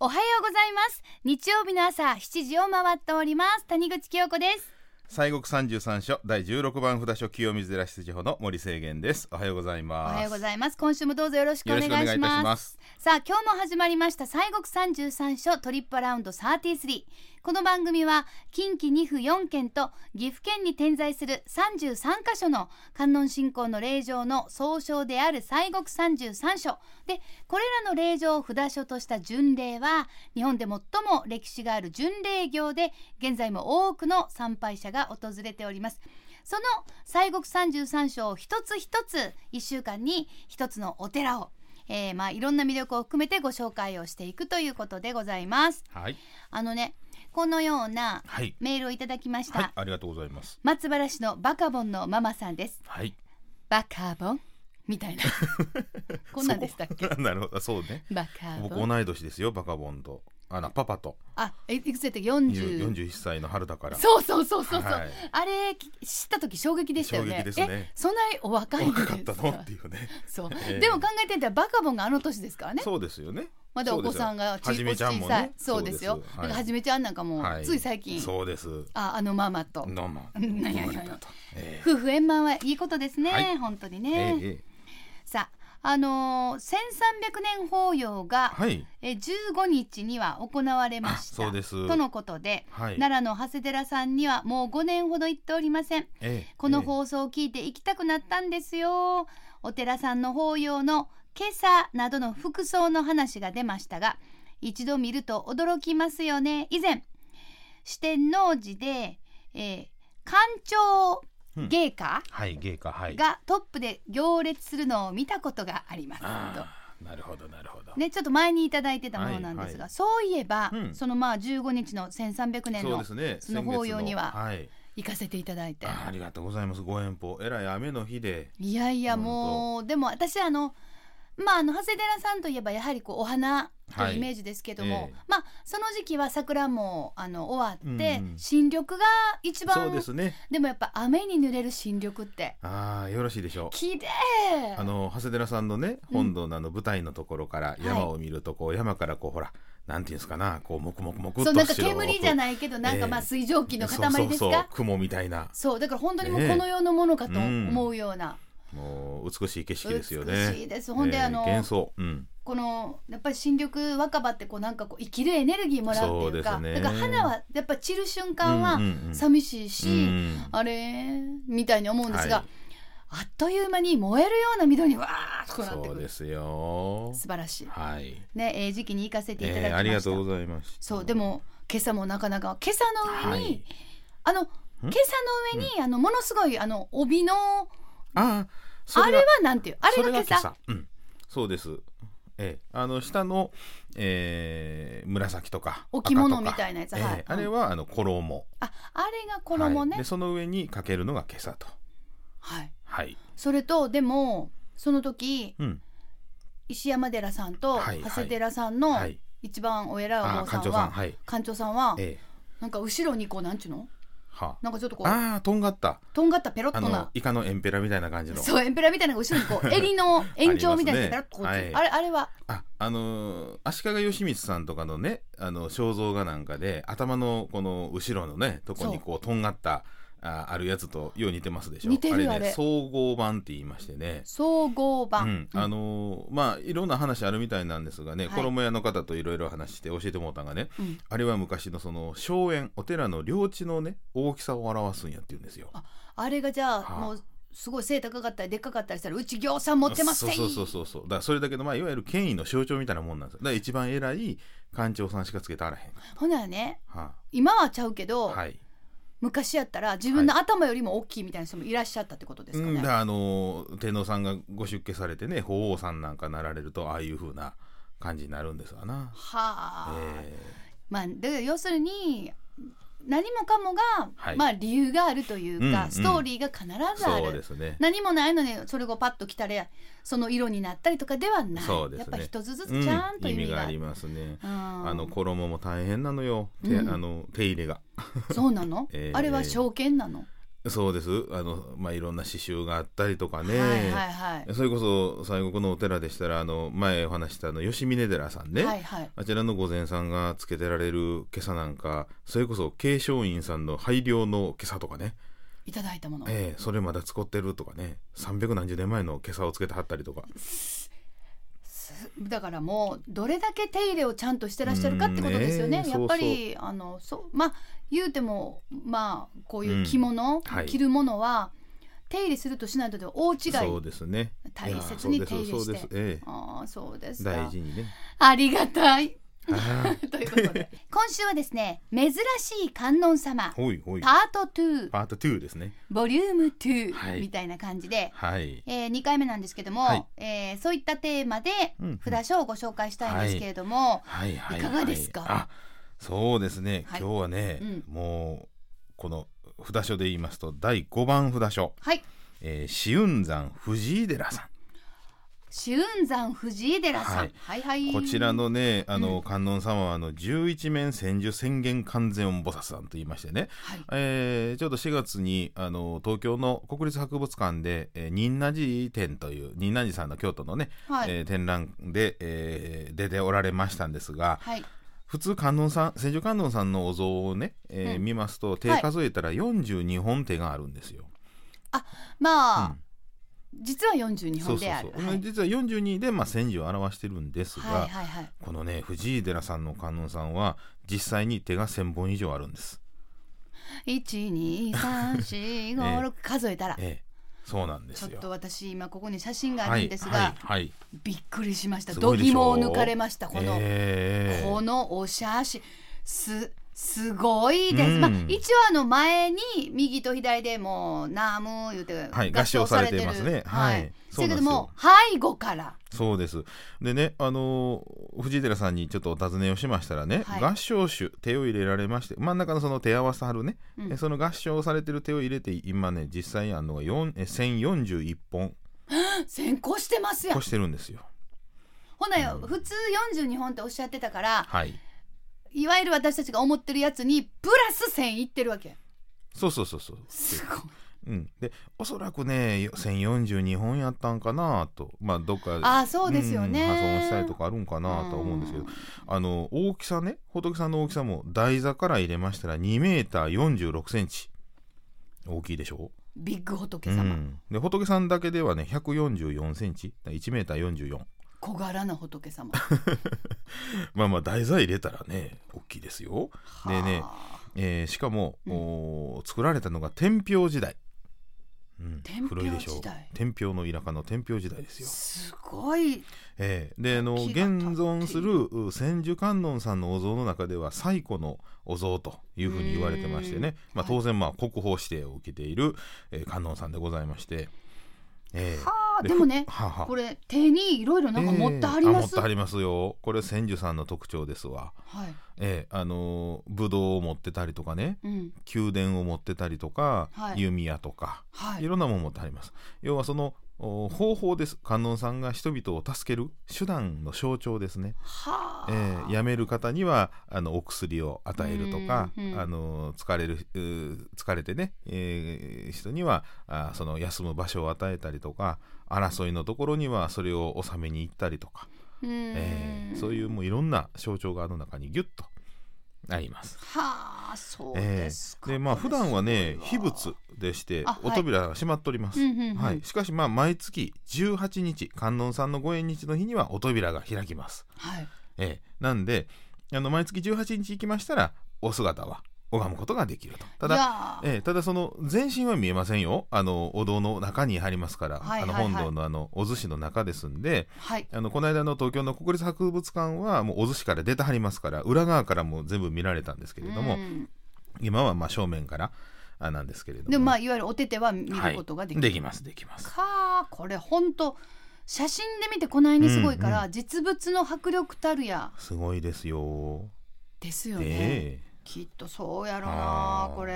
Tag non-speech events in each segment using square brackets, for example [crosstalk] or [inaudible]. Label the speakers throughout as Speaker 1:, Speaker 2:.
Speaker 1: おはようございます日曜日の朝7時を回っております谷口清子です
Speaker 2: 西国三十三所第十六番札所清水寺出自法の森清源ですおはようござい
Speaker 1: お
Speaker 2: ます
Speaker 1: はようございます今週もどうぞよろしくお願いします
Speaker 2: よろしくお願いいたします
Speaker 1: さあ今日も始まりました西国三十三所トリップアラウンド33この番組は近畿2府4県と岐阜県に点在する33箇所の観音信仰の霊場の総称である西国三十三所でこれらの霊場を札所とした巡礼は日本で最も歴史がある巡礼業で現在も多くの参拝者が訪れておりますその西国三十三所を一つ一つ1週間に一つのお寺を、えーまあ、いろんな魅力を含めてご紹介をしていくということでございます。
Speaker 2: はい
Speaker 1: あのねこのような
Speaker 2: はい
Speaker 1: メールをいただきました、
Speaker 2: はいありがとうございます
Speaker 1: 松原市のバカボンのママさんです
Speaker 2: はい
Speaker 1: バカボンみたい [laughs] なこんなんでしたっけ
Speaker 2: そう [laughs] なるほどそうね
Speaker 1: バカ
Speaker 2: 僕
Speaker 1: ボン
Speaker 2: 同い年ですよバカボンとあなパパと
Speaker 1: あえいくつやったっけ40
Speaker 2: 41歳の春だから
Speaker 1: そうそうそうそうそう、
Speaker 2: はい
Speaker 1: あれき知った時衝撃でしたよね
Speaker 2: 衝撃ですね
Speaker 1: えそんなにお若いんです
Speaker 2: 若かったのっていうね
Speaker 1: そう、
Speaker 2: ええ
Speaker 1: でも考えてみたらバカボンがあの年ですからね
Speaker 2: そうですよね
Speaker 1: まだお子さんがち
Speaker 2: そうですよはじめちゃ
Speaker 1: お
Speaker 2: んも
Speaker 1: 小さい
Speaker 2: ね
Speaker 1: そうですよだ
Speaker 2: は
Speaker 1: か
Speaker 2: い
Speaker 1: らはじめちゃんなんかも、
Speaker 2: はい
Speaker 1: つい最近
Speaker 2: そうですど
Speaker 1: ああのママと
Speaker 2: うも
Speaker 1: うんいやいやいや
Speaker 2: 生まれたとえ
Speaker 1: 夫婦円満はいいことですね、
Speaker 2: はい
Speaker 1: 本当に
Speaker 2: え
Speaker 1: ね、
Speaker 2: ええ
Speaker 1: さあ、あのー、1300年法要が、
Speaker 2: はい
Speaker 1: えー15日には行われました
Speaker 2: あそうです
Speaker 1: とのことで、
Speaker 2: はい
Speaker 1: 奈良の長谷寺さんにはもう5年ほど行っておりません
Speaker 2: ええ
Speaker 1: この放送を聞いて行きたくなったんですよお寺さんの法要の今朝などの服装の話が出ましたが一度見ると驚きますよね以前四天王寺で、えー、官庁芸家
Speaker 2: はい芸かはい
Speaker 1: がトップで行列するのを見たことがありますと
Speaker 2: あーなるほどなるほど
Speaker 1: ね、ちょっと前にいただいてたものなんですが、
Speaker 2: はいはい
Speaker 1: そういえば、
Speaker 2: うん
Speaker 1: そのまあ15日の1300年
Speaker 2: そう
Speaker 1: の
Speaker 2: ですね
Speaker 1: その法要には
Speaker 2: 先月のはい
Speaker 1: 行かせていただいて、
Speaker 2: あありがとうございますご遠方えらい雨の日で
Speaker 1: いやいや
Speaker 2: 本当
Speaker 1: もうでも私あのまああの長谷寺さんといえばやはりこうお花と
Speaker 2: は
Speaker 1: いう
Speaker 2: い
Speaker 1: イメージですけども、
Speaker 2: ええ
Speaker 1: まあその時期は桜もあの終わって、
Speaker 2: うんうん
Speaker 1: 新緑が一
Speaker 2: そう
Speaker 1: 番
Speaker 2: ですね
Speaker 1: でもやっぱ雨に濡れる新緑って
Speaker 2: ああよろしいでしょう
Speaker 1: 綺麗
Speaker 2: あの長谷寺さんのね本堂のあの舞台のところから
Speaker 1: い
Speaker 2: 山を見るとこう山からこうほらなんていうんですかなこうもくもくもくっ
Speaker 1: そう
Speaker 2: と
Speaker 1: なんか
Speaker 2: 白く
Speaker 1: 煙じゃないけどなんかまあ
Speaker 2: ええ
Speaker 1: 水蒸気の塊ですか、
Speaker 2: そうそうそう雲みたいな
Speaker 1: そうだから本当にもう
Speaker 2: ねえ
Speaker 1: この世のものかと思うような、
Speaker 2: もう美しい景色ですよね
Speaker 1: 美しいですほんで
Speaker 2: ええ
Speaker 1: あの
Speaker 2: 幻想うん
Speaker 1: このやっぱり新緑若葉ってこうなんかこう生きるエネルギーもらうっていうか
Speaker 2: そうですね
Speaker 1: だから花はやっぱ散る瞬間は
Speaker 2: うんうんうん
Speaker 1: 寂しいし、
Speaker 2: うん
Speaker 1: あれみたいに思うんですが、
Speaker 2: はい
Speaker 1: あっという間に燃えるような緑にわーっとこうなって
Speaker 2: そ
Speaker 1: く
Speaker 2: うで
Speaker 1: る
Speaker 2: すよ
Speaker 1: 素晴らしい、
Speaker 2: はい
Speaker 1: ねえー時期に行かせていただきま
Speaker 2: え
Speaker 1: し
Speaker 2: え
Speaker 1: た、
Speaker 2: ありがとうございました
Speaker 1: そうでも今朝もなかなか今朝の上に、
Speaker 2: はい
Speaker 1: あの今朝の上に、あのものすごいあの帯の
Speaker 2: ああそ
Speaker 1: あ
Speaker 2: れ
Speaker 1: れ
Speaker 2: は
Speaker 1: はなんていうあれが今朝
Speaker 2: それうん、そうですええあの下の、えー、紫とか
Speaker 1: お着物み
Speaker 2: 赤とか
Speaker 1: たいなやつ
Speaker 2: ええ
Speaker 1: はい
Speaker 2: あれはあの衣
Speaker 1: ああれが衣ね、
Speaker 2: はい、でその上にかけるのが今朝と
Speaker 1: はい
Speaker 2: はい、
Speaker 1: それとでもその時
Speaker 2: うん、
Speaker 1: 石山寺さんと
Speaker 2: はいは
Speaker 1: 長
Speaker 2: い
Speaker 1: 谷寺さんの
Speaker 2: はい
Speaker 1: 一番お偉いお
Speaker 2: あ
Speaker 1: 坊
Speaker 2: あ
Speaker 1: さん
Speaker 2: 館長さん
Speaker 1: は
Speaker 2: はい
Speaker 1: 館長さんは
Speaker 2: ええ
Speaker 1: なんか後ろにこうなんちゅうの
Speaker 2: は
Speaker 1: なんかちょっとこう
Speaker 2: ああとんがった
Speaker 1: とんがったペロッ
Speaker 2: あ
Speaker 1: と
Speaker 2: の
Speaker 1: な
Speaker 2: イカのエンペラみたいな感じの
Speaker 1: そうエンペラみたいなのが後ろに
Speaker 2: [laughs]
Speaker 1: こう襟の延長みたいなのがペロッとこうつ
Speaker 2: あ
Speaker 1: あ
Speaker 2: りますね
Speaker 1: れ
Speaker 2: は
Speaker 1: あれは
Speaker 2: ああのー足利義満さんとかのねあの肖像画なんかで頭のこの後ろのねとこにこうとんがったああるやつとよう似てますでしょ
Speaker 1: 似てるあ
Speaker 2: あれね
Speaker 1: れ
Speaker 2: 総合版って言いましてね
Speaker 1: 総合版
Speaker 2: うん、あのーまあいろんな話あるみたいなんですがね、
Speaker 1: はい
Speaker 2: 衣屋の方といろいろ話して教えてもらったんがね
Speaker 1: うん
Speaker 2: あれは昔のその荘園お寺の領地のね大きさを表すんやって言うんですよ。
Speaker 1: あれがじゃあ
Speaker 2: はあ
Speaker 1: もうすごい背高かったりでっかかったりしたらうち行さん持ってますってい
Speaker 2: そうそうそうそうだからそれだけどまあいわゆる権威の象徴みたいなもんなんですよだから一番偉い官長さんしかつけてあらへんか
Speaker 1: ほなね
Speaker 2: ら、は
Speaker 1: 今はちゃうけ
Speaker 2: あ
Speaker 1: ど
Speaker 2: はい
Speaker 1: 昔やったら自分の頭よりも大きいみたいな人もいらっしゃったってことですか
Speaker 2: うん、だ
Speaker 1: ね
Speaker 2: からあの天皇さんがご出家されてね法皇さんなんかなられるとああいう風な感じになるんですわな。
Speaker 1: はあ、
Speaker 2: え
Speaker 1: まあ、で要するに何もかもが、
Speaker 2: はい
Speaker 1: まあ、理由があるというか、
Speaker 2: うんうん
Speaker 1: ストーリーが必
Speaker 2: ー
Speaker 1: ずあ
Speaker 2: そうで
Speaker 1: る
Speaker 2: すね。
Speaker 1: 何もないのにそれがパッと来たらその色になったりとかではない、
Speaker 2: そうですね
Speaker 1: やっぱ一つず
Speaker 2: う
Speaker 1: つちゃんと
Speaker 2: 意
Speaker 1: 意
Speaker 2: 味
Speaker 1: 味
Speaker 2: が
Speaker 1: が
Speaker 2: あ
Speaker 1: あ
Speaker 2: り
Speaker 1: る、
Speaker 2: ますね。
Speaker 1: うん
Speaker 2: あの衣も大変なのよ、手
Speaker 1: うん
Speaker 2: あの手入れが
Speaker 1: そうなの、
Speaker 2: [laughs] えー
Speaker 1: あれは証券なの
Speaker 2: そうですあの、まあ、いろんな刺繍があったりとかね、
Speaker 1: はいはいはい
Speaker 2: それこそ西国のお寺でしたらあの前お話したあの吉峰寺さんね、
Speaker 1: はいはい
Speaker 2: あちらの御前さんがつけてられる今朝なんかそれこそ慶松院さんの拝領の今朝とかね、
Speaker 1: いただいたもの
Speaker 2: ええそれまだ使ってるとかね300何十年前の今朝をつけてはったりとか
Speaker 1: すだからもうどれだけ手入れをちゃんとしてらっしゃるかってことですよね
Speaker 2: うんね
Speaker 1: やっぱりあのそうまあ言うてもまあこういう着物、
Speaker 2: はい
Speaker 1: 着るものは手入れするとしないとでは大違い
Speaker 2: そうですね
Speaker 1: 大切に手入れして
Speaker 2: いやそうですそうですええ
Speaker 1: ああそうですか
Speaker 2: 大事にね
Speaker 1: ありがたい [laughs]
Speaker 2: あ
Speaker 1: ということで今週はですね珍しい観音様 [laughs]
Speaker 2: あほいほい
Speaker 1: パート2
Speaker 2: パート2ですね
Speaker 1: ボリューム2、
Speaker 2: はい
Speaker 1: みたいな感じで、
Speaker 2: はい
Speaker 1: え2回目なんですけども、
Speaker 2: はい
Speaker 1: えーそういったテーマで
Speaker 2: うんうん
Speaker 1: 札所をご紹介したいんですけれども、
Speaker 2: はいはいはい
Speaker 1: いかがですか
Speaker 2: あそうですね、
Speaker 1: はい
Speaker 2: 今日はね、
Speaker 1: うん
Speaker 2: もうこの札所で言いますと第5番札所
Speaker 1: はい
Speaker 2: えー、紫雲山藤井寺さん
Speaker 1: 紫雲山藤井寺さん、
Speaker 2: はい
Speaker 1: はい、はい
Speaker 2: こちらのねあの、
Speaker 1: うん
Speaker 2: 観音様はあの十一面千手千言観世音菩薩さんと言いましてね、
Speaker 1: はい
Speaker 2: えーちょうど4月にあの東京の国立博物館で、えー、仁和寺展という仁和寺さんの京都のね、
Speaker 1: はい、
Speaker 2: えー展覧で、えー出ておられましたんですが
Speaker 1: はい
Speaker 2: 普通観音さん千手観音さんのお像をね、えー
Speaker 1: うん
Speaker 2: 見ますと手
Speaker 1: はい
Speaker 2: 数えたら42本手があるんですよ。
Speaker 1: まあ、
Speaker 2: うん
Speaker 1: 実は42
Speaker 2: そ
Speaker 1: 本
Speaker 2: うそう
Speaker 1: である
Speaker 2: そう、
Speaker 1: はい
Speaker 2: 実は42で、まあ、千手を表してるんですが、
Speaker 1: はいはいはい
Speaker 2: このね藤井寺さんの観音さんは実際に手が1,000本以上あるんです。
Speaker 1: 12345 6数えたら、
Speaker 2: [laughs] ええ、そうなんです
Speaker 1: ちょ
Speaker 2: よ
Speaker 1: っと私今ここに写真があるんですが、
Speaker 2: はいはい
Speaker 1: びっくりしました
Speaker 2: す
Speaker 1: 度
Speaker 2: ごいでしょ
Speaker 1: 肝を抜かれましたこの、
Speaker 2: ええ
Speaker 1: このお写真すすごいです、
Speaker 2: うん
Speaker 1: まあ一応あの前に右と左でもうナームー言って
Speaker 2: はい
Speaker 1: 合唱されてる
Speaker 2: 合唱されてますね
Speaker 1: は
Speaker 2: はい
Speaker 1: いそ
Speaker 2: そ
Speaker 1: れ
Speaker 2: うな
Speaker 1: けど
Speaker 2: んですよ
Speaker 1: も背後から
Speaker 2: そうですでねあのー藤井寺さんにちょっとお尋ねをしましたらね、
Speaker 1: はい
Speaker 2: 合唱手手を入れられまして真ん中のその手合わせはるね、
Speaker 1: うん
Speaker 2: えその合唱されてる手を入れて今ね実際にあるのが4え1,041本
Speaker 1: 先行してますやん
Speaker 2: 越してるんですよ。
Speaker 1: ほなよ
Speaker 2: うん
Speaker 1: 普通42本っておっしゃってたから
Speaker 2: はい
Speaker 1: いわゆる私たちが思ってるやつにプラス1000いってるわけ
Speaker 2: そうそうそうそう。
Speaker 1: すごい
Speaker 2: うん、でおそらくね1,042本やったんかなとまあどっか
Speaker 1: ああそうですよね
Speaker 2: ん破損したりとかあるんかなとは思うんですけど、あの大きさね仏さんの大きさも台座から入れましたら2メーター4 6センチ大きいでしょ
Speaker 1: ビッグ
Speaker 2: う、
Speaker 1: 仏
Speaker 2: う
Speaker 1: 様、
Speaker 2: ん、で仏さんだけではね144センチ1メーター44
Speaker 1: 小柄な仏様
Speaker 2: まあまあ台座入れたらね大きいですよ、で [laughs] ね
Speaker 1: はあ
Speaker 2: えーしかも、
Speaker 1: うん
Speaker 2: おー作られたのが天平時代、うん
Speaker 1: 天
Speaker 2: 古い
Speaker 1: 平
Speaker 2: でしょ
Speaker 1: 時
Speaker 2: う
Speaker 1: 代
Speaker 2: 天平の田舎の天平時代ですよ
Speaker 1: すごい
Speaker 2: ええであの
Speaker 1: 時
Speaker 2: 現
Speaker 1: が経って
Speaker 2: 存するう千手観音さんのお像の中では最古のお像というふうに言われてましてね、まあ、
Speaker 1: はい
Speaker 2: 当然まあ国宝指定を受けている、えー観音さんでございまして、ええ
Speaker 1: はあでもね
Speaker 2: はあはあ
Speaker 1: これ手にいろいろなんか持ってあり
Speaker 2: ええ
Speaker 1: ま
Speaker 2: 持っ
Speaker 1: す、
Speaker 2: てありますよこれ千手さんの特徴ですわ、
Speaker 1: はい、
Speaker 2: ええあのーぶどうを持ってたりとかね
Speaker 1: うん、
Speaker 2: 宮殿を持ってたりとか、
Speaker 1: はい
Speaker 2: 弓矢とか
Speaker 1: はいい、
Speaker 2: ろんなもの持ってあります。要はそのお方法です観音さんが人々を助ける手段の象徴ですね、
Speaker 1: はあ、
Speaker 2: えー、病める方にはあのお薬を与えるとか、
Speaker 1: うんうん
Speaker 2: あの疲れるうー疲れてね、えー人にはあーその休む場所を与えたりとか争いのところにはそれを収めに行ったりとか、
Speaker 1: うーん
Speaker 2: えーそういうもういろんな象徴があの中にギュッとあります。
Speaker 1: はあそう
Speaker 2: え
Speaker 1: です
Speaker 2: ー
Speaker 1: か、
Speaker 2: でまあ普段はね
Speaker 1: これす
Speaker 2: 秘
Speaker 1: ごいわ
Speaker 2: 仏でして
Speaker 1: あはい
Speaker 2: お扉が閉まっております。
Speaker 1: うんうんうん
Speaker 2: はい、しかしまあ毎月18日観音さんのご縁日の日にはお扉が開きます。
Speaker 1: はい
Speaker 2: ええ、なんであの毎月18日行きましたらお姿は拝むことができると。た
Speaker 1: い
Speaker 2: だ
Speaker 1: やー
Speaker 2: ええ、ただその全身は見えませんよあのお堂の中にありますから、
Speaker 1: はいはい
Speaker 2: あの本堂のあのお寿司の中ですんで
Speaker 1: はい
Speaker 2: あのこの間の東京の国立博物館はもうお寿司から出てはりますから裏側からも全部見られたんですけれども、
Speaker 1: うん
Speaker 2: 今はまあ正面からあなんですけれども
Speaker 1: でもまあいわゆるお手手は見ることができる、
Speaker 2: できますできます
Speaker 1: かあこれ本当写真で見てこないにすごいから、実物の迫力たるや
Speaker 2: すごいですよ、
Speaker 1: ですよね、
Speaker 2: え
Speaker 1: きっとそうやろな
Speaker 2: あー
Speaker 1: これ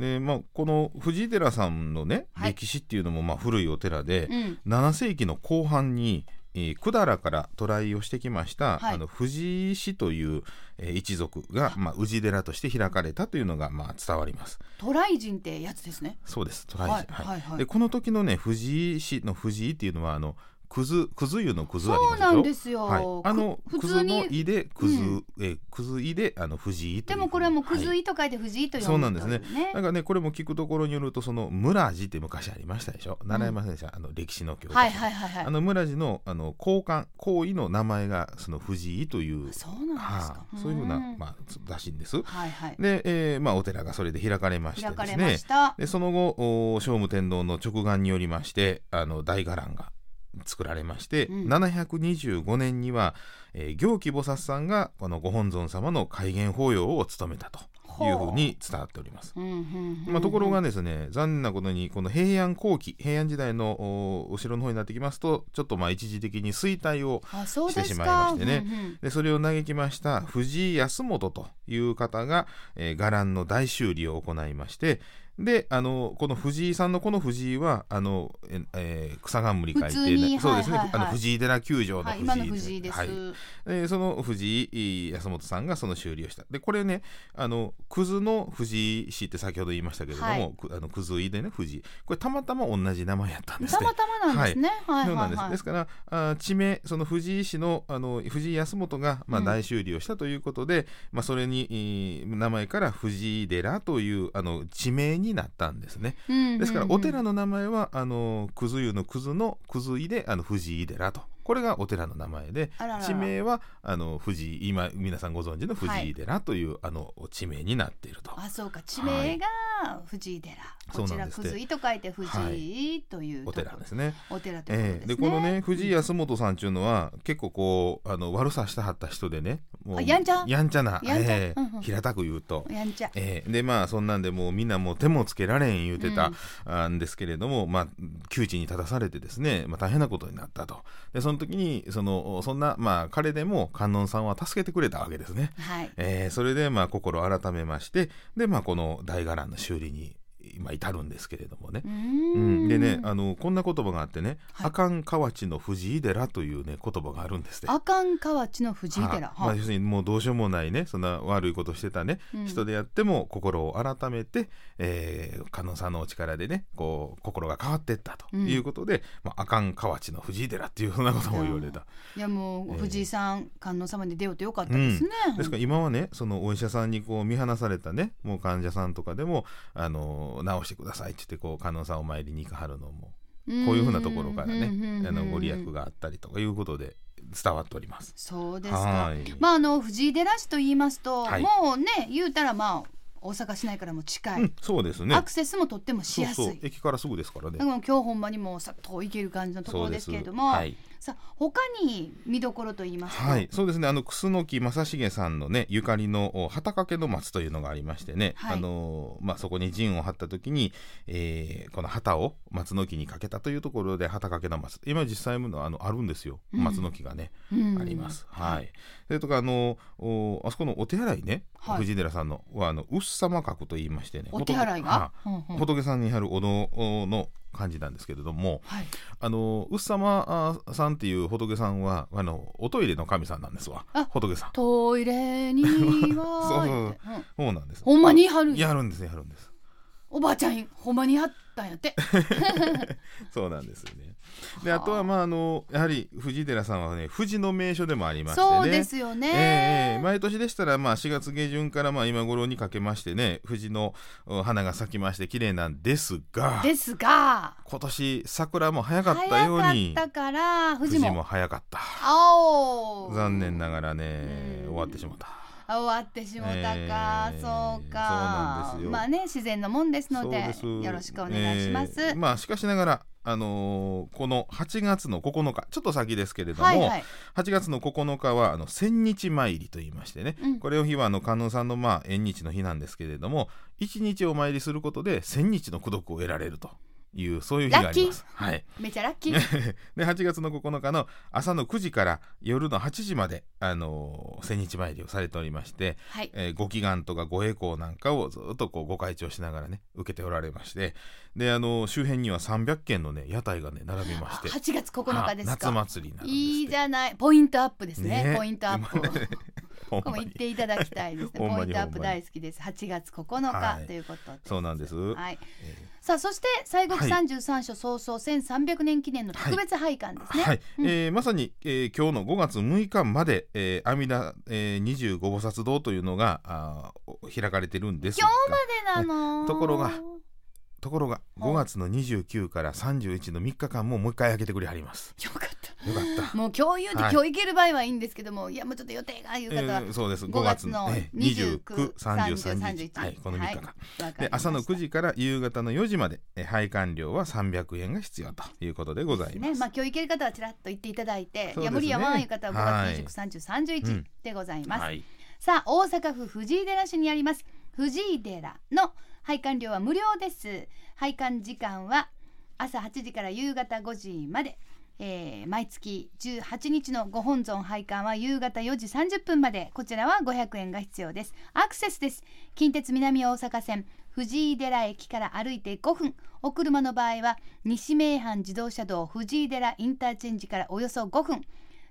Speaker 2: えでまあこの藤井寺さんのね、
Speaker 1: はい
Speaker 2: 歴史っていうのもまあ古いお寺で、
Speaker 1: うん
Speaker 2: 7世紀の後半にえー百済から渡来をしてきました、
Speaker 1: はい
Speaker 2: あの藤井氏という、えー一族が、まあ、氏寺として開かれたというのが、まあ、伝わります。
Speaker 1: 渡来人ってやつですね。
Speaker 2: そうです渡来
Speaker 1: はい
Speaker 2: 氏はい
Speaker 1: はいはい
Speaker 2: で。この時のね藤井氏の藤井っていうのはあのくずくず湯のくずあり
Speaker 1: そ
Speaker 2: ま
Speaker 1: う
Speaker 2: すでしょ
Speaker 1: なんですよ。
Speaker 2: はい、あの
Speaker 1: く
Speaker 2: く
Speaker 1: 普通
Speaker 2: ずの
Speaker 1: に。
Speaker 2: 井でくず、
Speaker 1: うん
Speaker 2: えーくず井であの藤井と
Speaker 1: で
Speaker 2: いう
Speaker 1: もこれはもうくず
Speaker 2: はい
Speaker 1: いと書いて藤井と読むとい
Speaker 2: そうなん
Speaker 1: ね
Speaker 2: なんかねこれも聞くところによるとその村寺って昔ありましたでしょ習いませんでした、あの歴史の教科書
Speaker 1: はいはいはいはい
Speaker 2: あ。の村寺のあの交換行為の名前がその藤井という
Speaker 1: そうなんですか
Speaker 2: は。あそういうふうな、
Speaker 1: ん
Speaker 2: まあ、らしいんです。
Speaker 1: はいはい。
Speaker 2: で、えーまあ、お寺がそれで開かれまして
Speaker 1: 開
Speaker 2: で
Speaker 1: か
Speaker 2: す
Speaker 1: れま
Speaker 2: ね
Speaker 1: した。
Speaker 2: でその後お聖武天皇の直眼によりましてあの大伽藍が作られまして、
Speaker 1: うん
Speaker 2: 725年には、えー行基菩薩さんがこのご本尊様の戒厳法要を務めたというふうに伝わっております。
Speaker 1: うんうんうん
Speaker 2: まあ、ところがですね残念なことにこの平安後期平安時代のおお城の方になってきますとちょっとまあ一時的に衰退を
Speaker 1: あそうですか
Speaker 2: してしまいましてね
Speaker 1: うんうん
Speaker 2: でそれを嘆きました藤井康元という方が、えー、伽藍の大修理を行いましてであのこの藤井さんのこの藤井はあの、ええー草冠書いて
Speaker 1: 普通に
Speaker 2: そうですね、
Speaker 1: はいはいはい
Speaker 2: あの藤井寺球場の
Speaker 1: は
Speaker 2: 藤
Speaker 1: い、
Speaker 2: 井,、
Speaker 1: 今の藤井です。
Speaker 2: はいでその藤井康元さんがその修理をしたでこれねあのクズの藤井氏って先ほど言いましたけれども、
Speaker 1: はい
Speaker 2: くあのクズ井でね藤井これたまたま同じ名前やったんです
Speaker 1: た
Speaker 2: ね
Speaker 1: ま。たまなんですね。はい、は
Speaker 2: そう
Speaker 1: い、
Speaker 2: な
Speaker 1: は
Speaker 2: ん
Speaker 1: い
Speaker 2: ですですからあー地名その藤井氏のあの藤井康元が、まあ、
Speaker 1: うん
Speaker 2: 大修理をしたということで、まあ、それに、えー名前から藤井寺というあの地名になったんですね。
Speaker 1: うんうんうん
Speaker 2: ですからお寺の名前はあのくず湯のくずのくず井であの藤井寺とこれがお寺の名前で
Speaker 1: あららら
Speaker 2: 地名はあの藤井今皆さんご存知の藤井寺という、あの地名になっていると。
Speaker 1: あ、そうか、地名が藤井寺。
Speaker 2: そう
Speaker 1: こち
Speaker 2: なん
Speaker 1: ら
Speaker 2: です
Speaker 1: く
Speaker 2: って
Speaker 1: ずいと書いて藤井という
Speaker 2: お
Speaker 1: ところ、
Speaker 2: 寺ですね。
Speaker 1: お寺という
Speaker 2: え
Speaker 1: こ
Speaker 2: え
Speaker 1: とですね。
Speaker 2: でこのね藤井康元さんっていうのは結構こうあの悪さしたはった人でねも
Speaker 1: あ
Speaker 2: う
Speaker 1: やんちゃ
Speaker 2: やんちゃな
Speaker 1: やんちゃ
Speaker 2: ええ
Speaker 1: うんうん
Speaker 2: 平たく言うと。
Speaker 1: やんちゃ。
Speaker 2: ええでまあそんなんでもうみんなもう手もつけられん言うてた、あんですけれども、まあ、窮地に立たされてですね、まあ、大変なことになったとでその時にそのそんな、まあ、彼でも観音さんは助けてくれたわけですね、
Speaker 1: はい。
Speaker 2: えーそれでまあ心を改めましてで、まあ、この大伽藍の修理に、まあ、至るんですけれどもね
Speaker 1: うー
Speaker 2: うん、
Speaker 1: ん
Speaker 2: でねあのこんな言葉があってね「
Speaker 1: はい
Speaker 2: 阿寒河内の藤井寺」というね言葉があるんですって。
Speaker 1: 阿寒河内の藤井
Speaker 2: はい
Speaker 1: 寺。
Speaker 2: まあ、要するにもうどうしようもないねそんな悪いことしてたね、
Speaker 1: うん
Speaker 2: 人でやっても心を改めて、えー、観音さんのお力でねこう心が変わっていったということで「まあ、阿寒河内の藤井寺」っていうふうなことも言われた。
Speaker 1: いやも
Speaker 2: え
Speaker 1: う
Speaker 2: え
Speaker 1: 藤井さん、観音様に出ようてよかったですね。
Speaker 2: ですから今はねそのお医者さんにこう見放されたねもう患者さんとかでも「あの治してください」って言ってこう観音さんをお参りに行かはるのもこういうふうなところからね、あのご利益
Speaker 1: が。
Speaker 2: があったりとかいうことで伝わっております。
Speaker 1: そうですか
Speaker 2: は。い。
Speaker 1: まああの藤井寺市と言いますと、
Speaker 2: はい
Speaker 1: もうね言うたらまあ大阪市内からも近い、
Speaker 2: うん、そうですね
Speaker 1: ア。クセスもとってもしやすい。
Speaker 2: そうそう駅からすぐですからね
Speaker 1: だ。から今日ほんまにもうさっと行ける感じのところですけれども、
Speaker 2: そうです
Speaker 1: さあ他に見どころと言いますと、
Speaker 2: はい、はい、そうですね。あの楠木正成さんのねゆかりのお畑掛の松というのがありましてね、
Speaker 1: はい
Speaker 2: あのーまあそこに陣を張った時に、えー、この旗を松の木にかけたというところで畑掛の松、今実際もあのあるんですよ。
Speaker 1: うん
Speaker 2: 松の木がね。
Speaker 1: うん
Speaker 2: あります。はい。それとかあのおあそこのお手洗いね、
Speaker 1: はい
Speaker 2: 藤寺さんのはあのうっさま格と言いましてね。
Speaker 1: お手洗いが、うんうん
Speaker 2: 仏,、はい、仏さんにあるお堂の漢字なんですけれども、
Speaker 1: はい、
Speaker 2: あのうっさまあさんっていう仏さんはあのおトイレの神さんなんですわ
Speaker 1: あ。
Speaker 2: 仏さん。
Speaker 1: トイレには
Speaker 2: [laughs] そうそう
Speaker 1: ってうん
Speaker 2: そうなんです。
Speaker 1: ほんまに貼る
Speaker 2: やるんですやるんです。
Speaker 1: おばあちゃんほんまに貼ったんや
Speaker 2: [laughs]
Speaker 1: って
Speaker 2: そうなんですよね。であとはまああのやはり藤寺さんはね富士の名所でもありましてね。
Speaker 1: そうですよね、
Speaker 2: ええ毎年でしたら、まあ、4月下旬からまあ今頃にかけましてね藤のうん花が咲きまして綺麗なんですが
Speaker 1: ですが
Speaker 2: 今年桜も早かっ
Speaker 1: 早
Speaker 2: たよう
Speaker 1: かっ
Speaker 2: に
Speaker 1: たから富士
Speaker 2: 藤
Speaker 1: も
Speaker 2: も早かった
Speaker 1: 青
Speaker 2: 残念ながらね
Speaker 1: うん
Speaker 2: 終わってしまった。
Speaker 1: あ終わってしもたか、
Speaker 2: えー
Speaker 1: そうか
Speaker 2: そうなんですよ
Speaker 1: まあね自然のもんですので
Speaker 2: そうです
Speaker 1: よろしくお願いします、
Speaker 2: ええまあしかしながらあのーこの8月の9日ちょっと先ですけれども、
Speaker 1: はいはい
Speaker 2: 8月の9日はあの千日参りと言いましてね、
Speaker 1: うん
Speaker 2: これを日はあの観音さんのまあ縁日の日なんですけれども一日お参りすることで千日の功徳を得られるというそういう日があります。はい、 [laughs]
Speaker 1: めちゃラッキー
Speaker 2: で8月の9日の朝の9時から夜の8時まで、あのー千日参りをされておりまして、
Speaker 1: はい
Speaker 2: えーご祈願とかご栄光なんかをずっとこうご開帳しながらね受けておられましてで、あのー周辺には300軒のね屋台がね並びまして
Speaker 1: 8月9日ですか
Speaker 2: はい夏祭りになるんですって
Speaker 1: いいじゃないポイントアップですね
Speaker 2: ね
Speaker 1: ポイントアップを [laughs]
Speaker 2: ほん
Speaker 1: これ
Speaker 2: ま
Speaker 1: も言っ
Speaker 2: に
Speaker 1: ていただきたいですね
Speaker 2: ほんまに
Speaker 1: ポイントアッ
Speaker 2: ほ
Speaker 1: プ
Speaker 2: んま
Speaker 1: 大
Speaker 2: に
Speaker 1: 好きです8月9日、
Speaker 2: はい
Speaker 1: ということで
Speaker 2: そうなんです、
Speaker 1: はい
Speaker 2: えー
Speaker 1: さあそして西国
Speaker 2: はい
Speaker 1: 三十三所早々1300年記念の特別拝観ですね、
Speaker 2: はい、
Speaker 1: うん
Speaker 2: えーまさに、えー今日の5月6日まで、えー、阿弥陀、えー、25菩薩堂というのがあーお開かれてるんですが
Speaker 1: 今日までなの
Speaker 2: ところがところが
Speaker 1: はい
Speaker 2: 5月の29から31の3日間ももう一回開けてくれはります
Speaker 1: よかった
Speaker 2: よかった
Speaker 1: もう共有で
Speaker 2: はい
Speaker 1: 今日行ける場合はいいんですけども、い、やもうちょっと予定がいう方は、
Speaker 2: えーそうです
Speaker 1: 5
Speaker 2: 5
Speaker 1: 月
Speaker 2: 月
Speaker 1: の
Speaker 2: の
Speaker 1: 29
Speaker 2: 29、30、31、はい、この3
Speaker 1: わかり
Speaker 2: 日間、で
Speaker 1: ました
Speaker 2: 朝の9時から夕方の4時まで、えー、配管料は300円が必要ということでございます。
Speaker 1: ね、まあ今日行ける方はちらっと行っていただいて、
Speaker 2: そうですね
Speaker 1: いや無理やわんいう方は5
Speaker 2: はい
Speaker 1: 月29、30、
Speaker 2: う
Speaker 1: 31
Speaker 2: ん
Speaker 1: でございます。
Speaker 2: はい、
Speaker 1: さあ大阪府藤井寺市にあります藤井寺の拝観料は無料です拝観時間は朝8時から夕方5時まで、えー毎月18日のご本尊拝観は夕方4時30分までこちらは500円が必要ですアクセスです近鉄南大阪線藤井寺駅から歩いて5分お車の場合は西名阪自動車道藤井寺インターチェンジからおよそ5分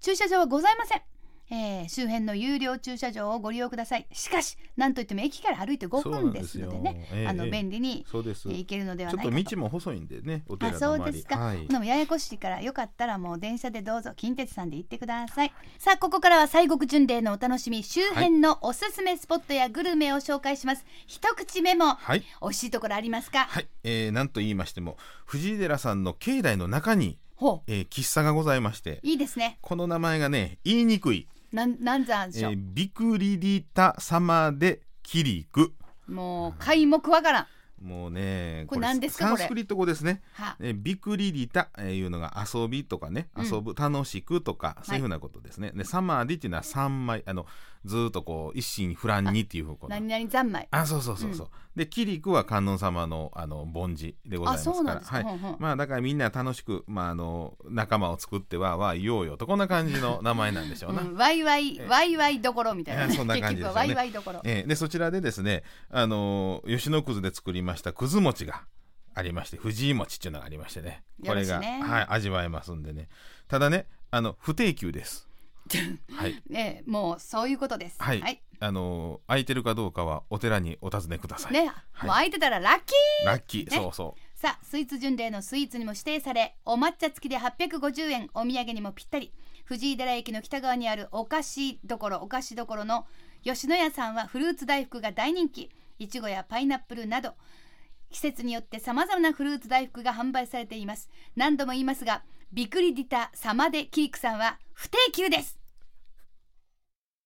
Speaker 1: 駐車場はございませんえー周辺の有料駐車場をご利用くださいしかしなんといっても駅から歩いて5分ですのでね
Speaker 2: そうなんですよ
Speaker 1: あの
Speaker 2: ええ
Speaker 1: 便利に、
Speaker 2: そうです。
Speaker 1: えー行
Speaker 2: ち
Speaker 1: けるのでは
Speaker 2: ょ
Speaker 1: ない
Speaker 2: っ
Speaker 1: か
Speaker 2: と
Speaker 1: と
Speaker 2: 道も細いんでね、お寺
Speaker 1: あ
Speaker 2: の周り。
Speaker 1: そうですか、
Speaker 2: はい
Speaker 1: でもややこしいからよかったらもう電車でどうぞ近鉄さんで行ってくださいさあここからは西国巡礼のお楽しみ周辺のおすすめスポットやグルメを紹介します、一口目も
Speaker 2: はい。
Speaker 1: 惜しいところありますか、
Speaker 2: はい、えー、なんと言いましても藤井寺さんの境内の中に、
Speaker 1: ほう
Speaker 2: えー、喫茶がございまして
Speaker 1: いいですね
Speaker 2: この名前がね言いにくい、
Speaker 1: なんなんざん
Speaker 2: え
Speaker 1: しょ、
Speaker 2: ービクリリタ様でキリク
Speaker 1: もう皆目わからん
Speaker 2: もうね
Speaker 1: これ何ですか
Speaker 2: サ
Speaker 1: こ
Speaker 2: ン
Speaker 1: れ
Speaker 2: スクリット語ですね、
Speaker 1: は
Speaker 2: えービクリリタえーいうのが遊びとかね
Speaker 1: うん
Speaker 2: 遊ぶ、楽しくとかそういうふうなことですね、でサマーディっていうのは三枚あのずーっとこう一心不乱にっていう方向
Speaker 1: 何々三昧
Speaker 2: あそうそうそうそう、でキリクは観音様のあの凡字でございますか
Speaker 1: あそうな
Speaker 2: ら
Speaker 1: んですか
Speaker 2: はい
Speaker 1: ほんほん
Speaker 2: まあだからみんな楽しく、まあ、あの仲間を作ってはわー言おうよとこんな感じの名前なんでしょうな、
Speaker 1: うん、ワイワイ
Speaker 2: え
Speaker 1: ワイワイどころみたいな,、
Speaker 2: えそんな
Speaker 1: 結
Speaker 2: 感じ
Speaker 1: 局
Speaker 2: ですよ
Speaker 1: は
Speaker 2: ね
Speaker 1: ワイワイどころ、
Speaker 2: えーでそちらでですね、あのー吉野くずで作りましたくず餅がありまして藤井餅っていうのがありましてねこれ
Speaker 1: よ
Speaker 2: が
Speaker 1: ろしいね
Speaker 2: はい、味わえますんでねただねあの不定休です。 [laughs] はい
Speaker 1: ねもうそういうことです
Speaker 2: はいあのー空いてるかどうかはお寺にお尋ねください。
Speaker 1: ね、
Speaker 2: はい
Speaker 1: もう空いてたらラッキー
Speaker 2: ラッキー、
Speaker 1: ね
Speaker 2: そうそう
Speaker 1: さあスイーツ巡礼のスイーツにも指定されお抹茶付きで850円お土産にもぴったり藤井寺駅の北側にあるお菓子どころお菓子どころの吉野家さんはフルーツ大福が大人気いちごやパイナップルなど季節によってさまざまなフルーツ大福が販売されています何度も言いますがビクリディタサマデキリクさんは不定休です